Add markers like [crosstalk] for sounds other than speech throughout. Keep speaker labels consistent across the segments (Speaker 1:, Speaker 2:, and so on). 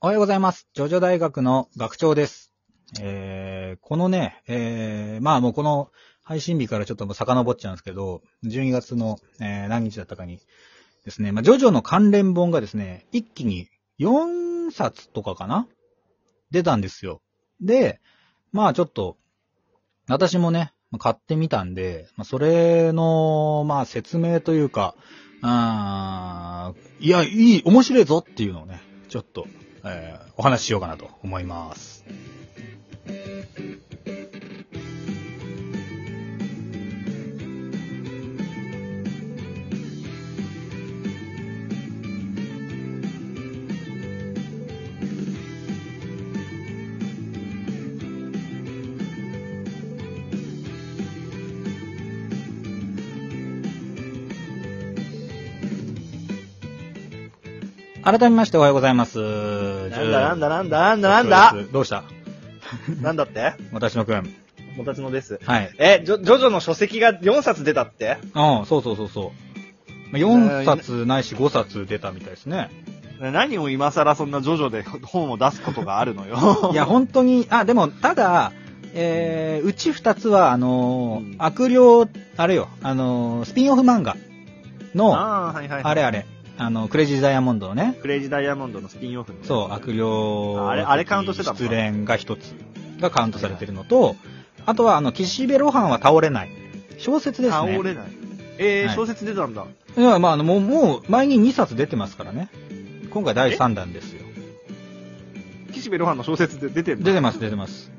Speaker 1: おはようございます。ジョジョ大学の学長です。えー、このね、えー、まあもうこの配信日からちょっともう遡っちゃうんですけど、12月の、えー何日だったかにですね、まあジョジョの関連本がですね、一気に4冊とかかな出たんですよ。で、まあちょっと、私もね、買ってみたんで、まあ、それの、まあ説明というか、あーいや、いい、面白いぞっていうのをね、ちょっと、えーお話ししようかなと思います。改めましておはようございます。なん
Speaker 2: なんだなんだなんだなんだなんだ
Speaker 1: どうした
Speaker 2: なんだって
Speaker 1: 私のくん。
Speaker 2: もたちのです。
Speaker 1: はい。
Speaker 2: え、ジョ、ジョジョの書籍が4冊出たって
Speaker 1: うん、そうそうそうそう。まあ4冊ないし5冊出たみたいですね。
Speaker 2: 何を今更そんなジョジョで [laughs] 本を出すことがあるのよ。
Speaker 1: いや、本当に、あ、でも、ただ、えー、うち2つは、あのー
Speaker 2: うん
Speaker 1: 悪霊、あれよ、あのースピンオフ漫画の、あ
Speaker 2: ああ、はいはい。
Speaker 1: れあれ、あの、クレイジーダイヤモンドのね、
Speaker 2: クレイジーダイヤモンドのスピンオフのね
Speaker 1: そう、悪霊、
Speaker 2: あれあれカウントしてたのか
Speaker 1: 失恋が1つがカウントされてるのと、あとは、あの、岸辺露伴は倒れない。小説です
Speaker 2: 倒
Speaker 1: ね。
Speaker 2: れない。えー
Speaker 1: はい
Speaker 2: 小説出たんだ。
Speaker 1: いや、まあ、あの、もう、もう、前に2冊出てますからね。今回第3弾ですよ。
Speaker 2: 岸辺露伴の小説で出てん
Speaker 1: 出
Speaker 2: だ。
Speaker 1: てます、出てます。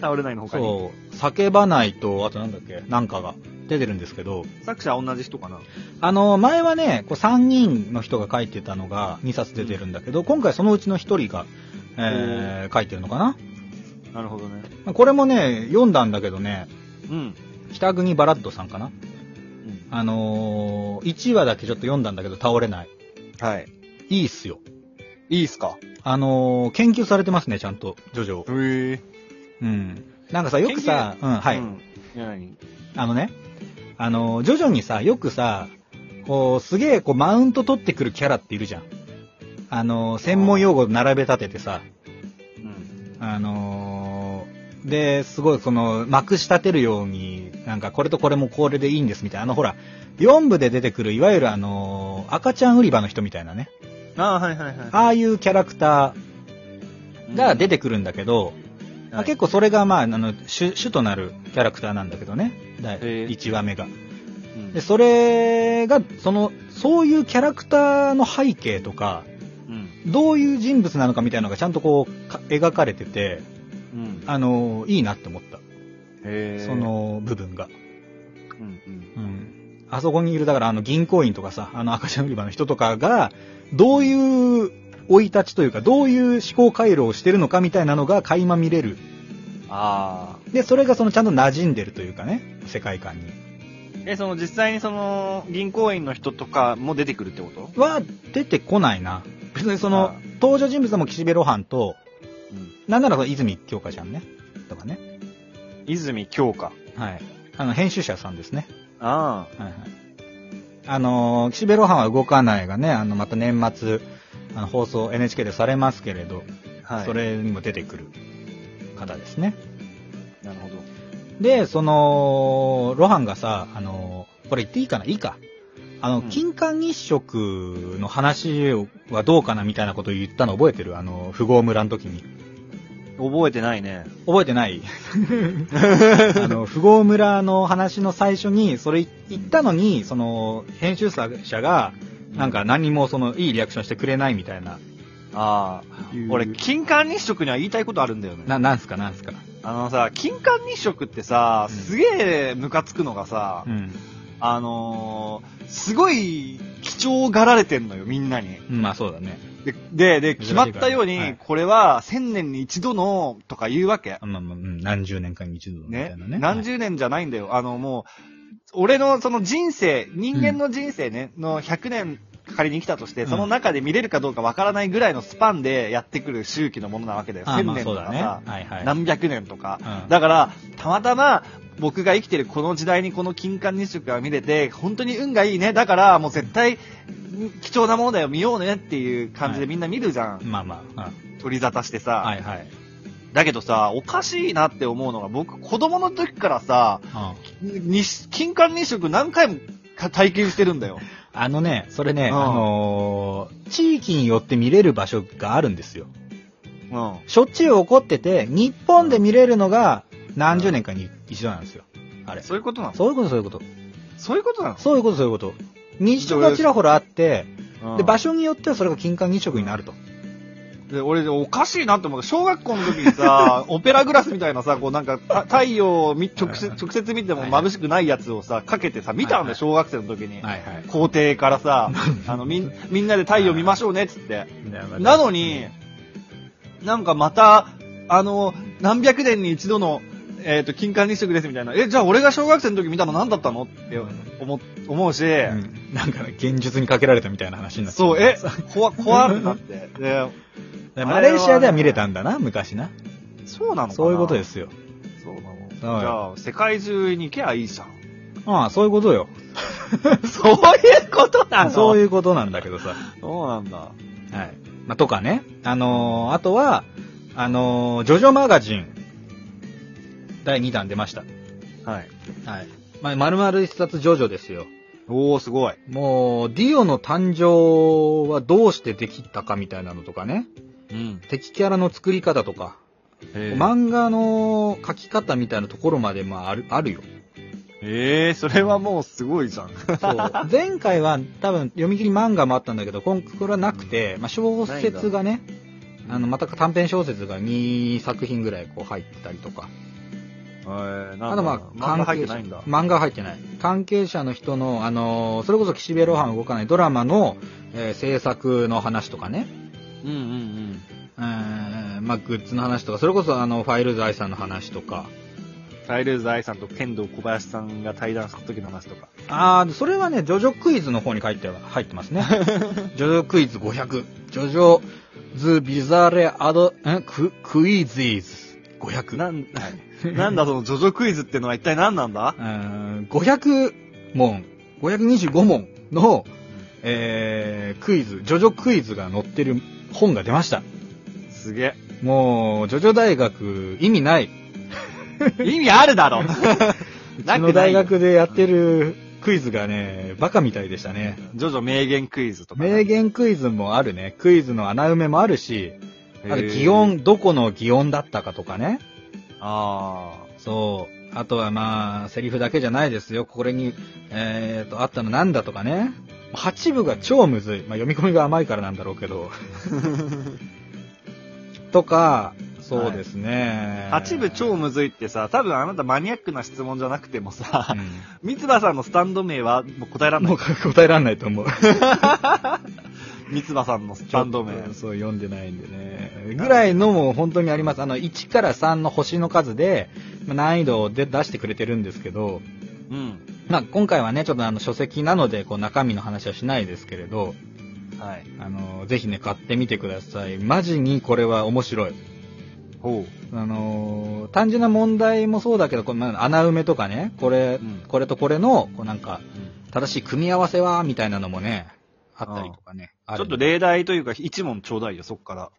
Speaker 2: 倒れないの他に。
Speaker 1: そう、叫ばないと、あとなんだっけ、なんかが出てるんですけど、
Speaker 2: 作者は同じ人かな。
Speaker 1: あの、前はね、こう3人の人が書いてたのが2冊出てるんだけど、今回そのうちの1人が、えー書いてるのかな。
Speaker 2: なるほどね。
Speaker 1: まあこれもね、読んだんだけどね、
Speaker 2: うん。
Speaker 1: 北国バラッドさんかな。
Speaker 2: うん
Speaker 1: あのー、1話だけちょっと読んだんだけど倒れない。
Speaker 2: はい。
Speaker 1: いいっすよ。
Speaker 2: いいっすか
Speaker 1: あのー、研究されてますね、ちゃんと、ジョジョ。
Speaker 2: へえ。
Speaker 1: うん。なんかさ、よくさ、うん、はい。
Speaker 2: うん。いや何
Speaker 1: あのね、あの、徐々にさ、よくさ、こう、すげえ、こう、マウント取ってくるキャラっているじゃん。あの、専門用語並べ立ててさ、
Speaker 2: うん。
Speaker 1: あのーで、すごい、その、まくし立てるように、なんか、これとこれもこれでいいんですみたいな、あの、ほら、4部で出てくる、いわゆるあのー赤ちゃん売り場の人みたいなね、
Speaker 2: ああ、はいはいはい。
Speaker 1: ああいうキャラクターが出
Speaker 2: て、
Speaker 1: てくるんだけど、まあ結
Speaker 2: 構。
Speaker 1: 構それが、まあ、あの主、主となるキャラクターなんだけどね、第
Speaker 2: へー
Speaker 1: 1話目が。
Speaker 2: うん
Speaker 1: で、それが、その、そういうキャラクターの背景とか、
Speaker 2: うん。
Speaker 1: どういう人物なのかみたいなのがちゃんとこう、か描かれてて、
Speaker 2: うん。
Speaker 1: あの、いいなって思った。
Speaker 2: へえ。
Speaker 1: そ、の部分が。
Speaker 2: うんうん。
Speaker 1: うん。あそこにいる、だからあの銀行員とかさ、あの赤ちゃん売り場の人とかが、どういう生い立ちというか、どういう思考回路をしてるのかみたいなのが垣間見れる。
Speaker 2: ああ。
Speaker 1: で、それがそのちゃんと馴染んでるというかね、世界観に。
Speaker 2: え、その実際にその銀行員の人とかも出てくるってこと
Speaker 1: は、出てこないな。別にその
Speaker 2: あ、
Speaker 1: 登場人物はもう岸辺露伴と、
Speaker 2: うん。
Speaker 1: なんならその泉京香ちゃんね。とかね。
Speaker 2: 泉京香。
Speaker 1: はい。あの、編集者さんですね。は
Speaker 2: あ
Speaker 1: いはい。あのー、岸辺露伴は動かないがね、あの、また年末、あの、放送 NHK でされますけれど、
Speaker 2: あ。はい。
Speaker 1: そ。れにも出てくる方ですね。
Speaker 2: なるほど。
Speaker 1: で、その、露伴がさ、あのー、これ言っていいかないいか。あの、
Speaker 2: うん
Speaker 1: 金環日食の話はどうかなみたいなことを言ったの覚えてるあの、富豪村の時に。
Speaker 2: 覚えてないね。
Speaker 1: 覚えてないあの、富豪村の話の最初に、それ言ったのに、その、編集者が、なんか、何もその、いいリアクションしてくれないみたいな。
Speaker 2: ああ
Speaker 1: いう。
Speaker 2: 俺、金環日食には言いたいことあるんだよね。
Speaker 1: な、なんすかなんすか。
Speaker 2: あのさ、金環日食ってさ、
Speaker 1: うん
Speaker 2: すげえムカつくのがさ、
Speaker 1: うん。
Speaker 2: あのー、すごい貴重がられてんのよ、みんなに。
Speaker 1: うんまあそうだね。
Speaker 2: で、で、で
Speaker 1: 珍しいか
Speaker 2: 決
Speaker 1: ら
Speaker 2: ま
Speaker 1: ね
Speaker 2: ったように、
Speaker 1: はい
Speaker 2: これは千年に一度の、とか言うわけ。
Speaker 1: あまあまあ、うん何十年間に一度みた
Speaker 2: ね
Speaker 1: いなね。
Speaker 2: 何十年じゃないんだよ。あの、もう、俺のその人生、人間の人生ね、の100年仮に生きたとして、
Speaker 1: うん
Speaker 2: その中で見れるかどうかわからないぐらいのスパンでやってくる周期のものなわけだよ。
Speaker 1: はいあ
Speaker 2: 1000
Speaker 1: まあ
Speaker 2: 年
Speaker 1: そ
Speaker 2: と
Speaker 1: う
Speaker 2: か
Speaker 1: だ
Speaker 2: さ、
Speaker 1: ね。はいはい。
Speaker 2: 何百年とか。
Speaker 1: うん
Speaker 2: だから、たまたま、僕が生きてるこの時代にこの金環日食が見れて、本当に運がいいね。だから、もう絶対、貴重なものだよ、見ようねっていう感じでみんな見るじゃん。
Speaker 1: まあまあ。
Speaker 2: 取り沙汰して
Speaker 1: あ
Speaker 2: さ。
Speaker 1: はいはい。
Speaker 2: だけどさ、おかしいなって思うのが、僕、子供の時からさ、
Speaker 1: うん
Speaker 2: に金環日食何回もか体験してるんだよ。
Speaker 1: あのね、それね、
Speaker 2: うん
Speaker 1: あのー地域によって見れる場所があるんですよ。
Speaker 2: うん。
Speaker 1: しょっちゅう起こってて、日本で見れるのが何十年かに一度なんですよ。あれ。
Speaker 2: そういうことなの
Speaker 1: そういうこと、そういうこと。
Speaker 2: そういうことな
Speaker 1: そういうこと、そういうこと。日食がちらほらあって、
Speaker 2: の
Speaker 1: で、場
Speaker 2: 所
Speaker 1: 所によってはそれが金環日食になると。
Speaker 2: で、俺、おかしいなって思った。小学校の時に [laughs] さ、オペラグラスみたいなさ、こうなんか、た太陽をみ直接、
Speaker 1: はいはい
Speaker 2: 直接見ても
Speaker 1: はいはい
Speaker 2: 眩しくないやつをさ、かけてさ、見たんだよ、小学生の時に。
Speaker 1: はいはい。
Speaker 2: 校庭からさ、あの、みん、みんなで太陽見ましょうね、っつって。なのに、なんかまた、あの、何百年に一度の、えっ、と、金環日食ですみたいな。え、じゃあ俺が小学生の時見たの何だったのって思、思うし、
Speaker 1: うんなんかね、現実にかけられたみたいな話になって
Speaker 2: そう、え、怖、怖ってな [laughs] って。で
Speaker 1: でマレーシアでは見れたんだな、昔な。
Speaker 2: そうなのかな。
Speaker 1: そういうことですすよ。
Speaker 2: そうなの。じ
Speaker 1: はい
Speaker 2: ゃあ、世界中に行けばいいじゃん。
Speaker 1: ああ、そういうことよ。
Speaker 2: [laughs] そういうことなの
Speaker 1: そう
Speaker 2: う。
Speaker 1: いうことなんだけどさ。
Speaker 2: そうなんだ。
Speaker 1: はい。まあ、とかね。あのーあとは、あのージョジョマガジン、第2弾出ました。
Speaker 2: はい。
Speaker 1: はい。まあ、丸々一冊ジョジョですよ。
Speaker 2: おー、すごい。
Speaker 1: もう、ディオの誕生はどうしてできたかみたいなのとかね。
Speaker 2: うん。
Speaker 1: 敵キャラの作り方とか、
Speaker 2: え
Speaker 1: 漫画の描き方みたいなところまで、まあ、ある、あるよ。
Speaker 2: えー、それはもうすごい [laughs] じゃん。
Speaker 1: そう。前回は多分読み切り漫画もあったんだけど、今これはなくて、まあ、小説がね、あの、また短編小説が2作品ぐらいこう入ってたりとか。
Speaker 2: えー、なん
Speaker 1: あとまあ、
Speaker 2: 漫画
Speaker 1: 関
Speaker 2: 入
Speaker 1: 係
Speaker 2: って
Speaker 1: 者
Speaker 2: ないんだ。
Speaker 1: 漫画は入ってない。関係者の人の、あのーそれこそ岸辺露伴動かないドラマの、えー制作の話とかね。
Speaker 2: うんうんうん。
Speaker 1: えーまあ、グッズの話とか、それこそあの、ファイル財産の話とか。
Speaker 2: タイルーズ愛さんと剣道小林さんが対談した時の話とか。
Speaker 1: ああ、それはね、ジョジョクイズの方に書いては、入って
Speaker 2: [laughs]
Speaker 1: ますね。ジョジョクイズ500。ジョジョズビザレアド、んク、クイズイズ500。
Speaker 2: なん、 [laughs] なんだそのジョジョクイズってのは一体何なんだ
Speaker 1: うーん500問、525問の、えー、クイズ、ジョジョクイズが載ってる本が出ました。
Speaker 2: すげ
Speaker 1: もう、ジョジョ大学、意味ない。
Speaker 2: え。 [laughs] 意味あるだろ
Speaker 1: う
Speaker 2: な
Speaker 1: ち
Speaker 2: く
Speaker 1: の
Speaker 2: ない
Speaker 1: 大
Speaker 2: よ
Speaker 1: 学でやってるクイズがね、バカみたいでしたね。
Speaker 2: ジョジョ名言クイズとかね、
Speaker 1: 名言クイズもあるね。クイズの穴埋めもあるし、あと、
Speaker 2: へー
Speaker 1: 擬。音、どこの擬音だったかとかね。
Speaker 2: あ
Speaker 1: そう。あとはまあ、セリフだけじゃないですよ。これに、えーと、あったのなんだとかね。8部が超むずい。まあ、読み込みが甘いからなんだろうけ
Speaker 2: [laughs]
Speaker 1: ど。とか、そうですね。
Speaker 2: あ。8部超むずいってさ、多分あなたマニアックな質問じゃなくてもさ、
Speaker 1: う
Speaker 2: 三つ葉さんのスタンド名はもう答えら
Speaker 1: ん
Speaker 2: んな
Speaker 1: もう
Speaker 2: い。
Speaker 1: 答えらんないと思う。
Speaker 2: 三つ葉さんのスタンド名。
Speaker 1: そう、読んでないんでね。ぐらいのも本当にあります。あの、1から3の星の数で、まあ難易度をで出してくれてるんですけど、
Speaker 2: うん。
Speaker 1: まあ、今回はね、ちょっとあの、書籍なので、こう、中身の話はしないですけれど、
Speaker 2: はい。
Speaker 1: あの、ぜひね、買ってみてください。マジにこれは面白い。
Speaker 2: ほ
Speaker 1: あの、単純な問題もそうだけど、こうまあ穴埋めとかね、これ、
Speaker 2: うん
Speaker 1: これとこれの、こうなんか
Speaker 2: う、。
Speaker 1: 正しい組み合わせは、みたいなのもね、あったりとかね。あ
Speaker 2: ちょ
Speaker 1: る
Speaker 2: っと例題というか、一問ちょうだいよ、そっか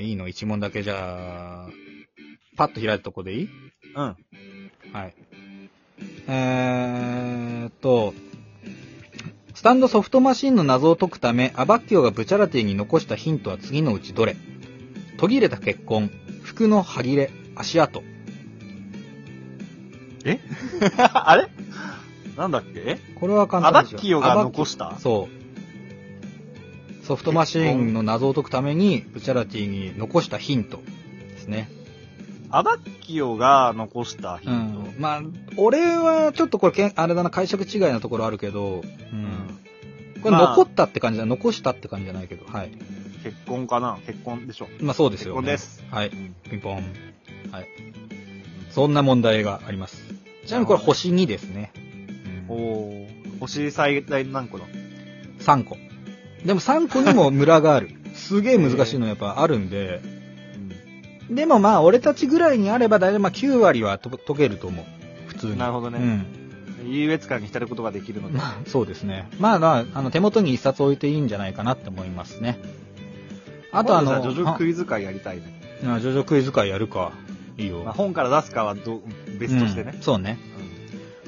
Speaker 1: いいの一問だけじゃあ、パッと開いたとこでいい [laughs]
Speaker 2: ら。うん。
Speaker 1: はい。えーっと、スタンドソフトマシンの謎を解くため、アバッキオがブチャラティに残したヒントは次のうちどれ途切れた血痕、服の歯切れ、足跡。
Speaker 2: あれなんだっけえ
Speaker 1: これは簡
Speaker 2: ア
Speaker 1: 単
Speaker 2: バ
Speaker 1: でし
Speaker 2: ッ
Speaker 1: ょ
Speaker 2: キオが残した
Speaker 1: そう。ソフトマシンの謎を解くために、ブチャラティに残したヒントですね。
Speaker 2: アバッキオが残したヒ
Speaker 1: う
Speaker 2: ント。
Speaker 1: ん。まあ、俺はちょっとこれけん、あれだな、解釈違いなところあるけど、うん。これ
Speaker 2: まあ
Speaker 1: 残ったって感じだ、残したって感じじゃないけど、はい。
Speaker 2: 結婚かな結婚でしょ。
Speaker 1: まあそうですよ、ね。
Speaker 2: 結婚です
Speaker 1: はい。
Speaker 2: ん。
Speaker 1: ピンポン。はい。そんな問題があります。ちなみにこれ星2ですね。
Speaker 2: おー。星最大何個だ
Speaker 1: 3個。でも3個にもムラが
Speaker 2: [laughs]
Speaker 1: ある。すげえ難しいのやっぱあるんで。でもまあ俺たちぐらいにあれば大体まあ9割はと解けると思う。普普通に。
Speaker 2: なるほどね
Speaker 1: うん。
Speaker 2: 優越感に浸ることができるので。
Speaker 1: そうですね。まあまあ、あの、手元に一冊置いていいんじゃないかなって思いますね。あとあの、
Speaker 2: 今度じゃジョジョ
Speaker 1: あ
Speaker 2: クイズ会やりたいね。
Speaker 1: あジョジョクイズ会やるか。いいよ。
Speaker 2: まあ、本から出すかはど別としてね
Speaker 1: うん。そうね。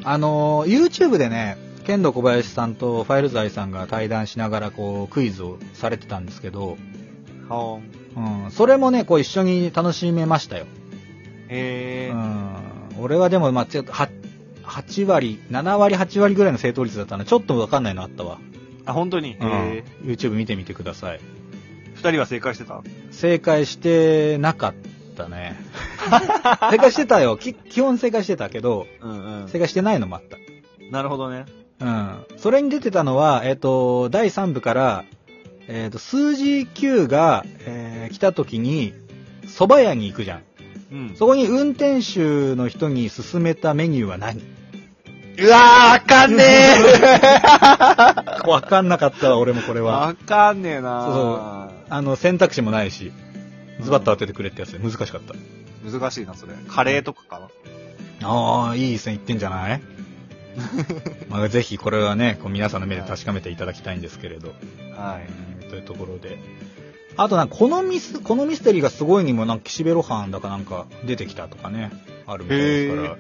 Speaker 1: あのー YouTube でね、剣道小林さんとファイル財さんが対談しながらこう、クイズをされてたんですけど、
Speaker 2: うんはーん
Speaker 1: うん、それもね、こう一緒に楽しめましたよ。
Speaker 2: え
Speaker 1: う
Speaker 2: ー
Speaker 1: ん、俺はでも、まあ、ちょっと、は8割、7割、8割ぐらいの正答率だったので、ちょっとわかんないのあったわ。
Speaker 2: あ、本当に。
Speaker 1: うん
Speaker 2: え
Speaker 1: YouTube 見てみてください。
Speaker 2: ー二人は正解してた
Speaker 1: 正解してなかった
Speaker 2: [laughs]
Speaker 1: ね。正解してたよ。き基本正解してたけど、
Speaker 2: うん
Speaker 1: 正解してないのもあった。
Speaker 2: うん。なるほどね。
Speaker 1: うん。それに出てたのは、えっ、と、第3部から、えっ、と、数字9が、えー来た時に、蕎麦屋に行くじゃん。
Speaker 2: うん。
Speaker 1: そこに運転手の人に勧めたメニューは何
Speaker 2: うわー、あかん
Speaker 1: [laughs]
Speaker 2: ね [laughs]
Speaker 1: わかんなかったわ、俺もこれ
Speaker 2: ー
Speaker 1: は。
Speaker 2: わかんねえなー
Speaker 1: あの、選択肢もないし、ズバッと当ててくれってやつで難しかった。
Speaker 2: 難しいな、それ。カレーとかかな。
Speaker 1: ああ、いい線いってんじゃない [laughs] まあ、ぜひこれはね、こう皆さんの目で確かめていただきたいんですけれど。
Speaker 2: は
Speaker 1: うんというところで。あとなんか、このミス、このミステリーがすごいにも、なんか、岸辺露伴だかなんか出てきたとかね、あるみたいですか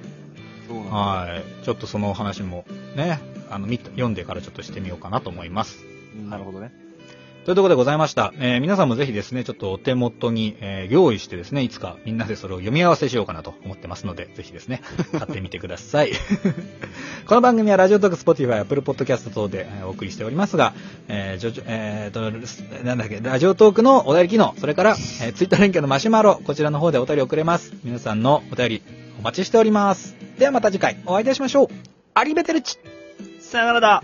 Speaker 2: そうなん
Speaker 1: ら、
Speaker 2: だ
Speaker 1: はい。ちょっとそのお話もね、あの、見た読んでからちょっとしてみようかなと思います。
Speaker 2: うんなるほどね。
Speaker 1: というところでございました。えー皆さんもぜひですね、ちょっとお手元に、えー用意してですね、いつかみんなでそれを読み合わせしようかなと思ってますので、ぜひですね、買ってみてください。 [laughs] この番組はラジオトーク、スポティファイ、アップルポッドキャスト等でえーお送りしておりますが、えージョジョえーと、なんだっけ、ラジオトークのお便り機能、それから、えー、ツイッター連携のマシュマロ、こちらの方でお便り送れます。皆さんのお便りお待ちしております。ではまた次回お会いいたしましょう。アリベテルチ
Speaker 2: さよならだ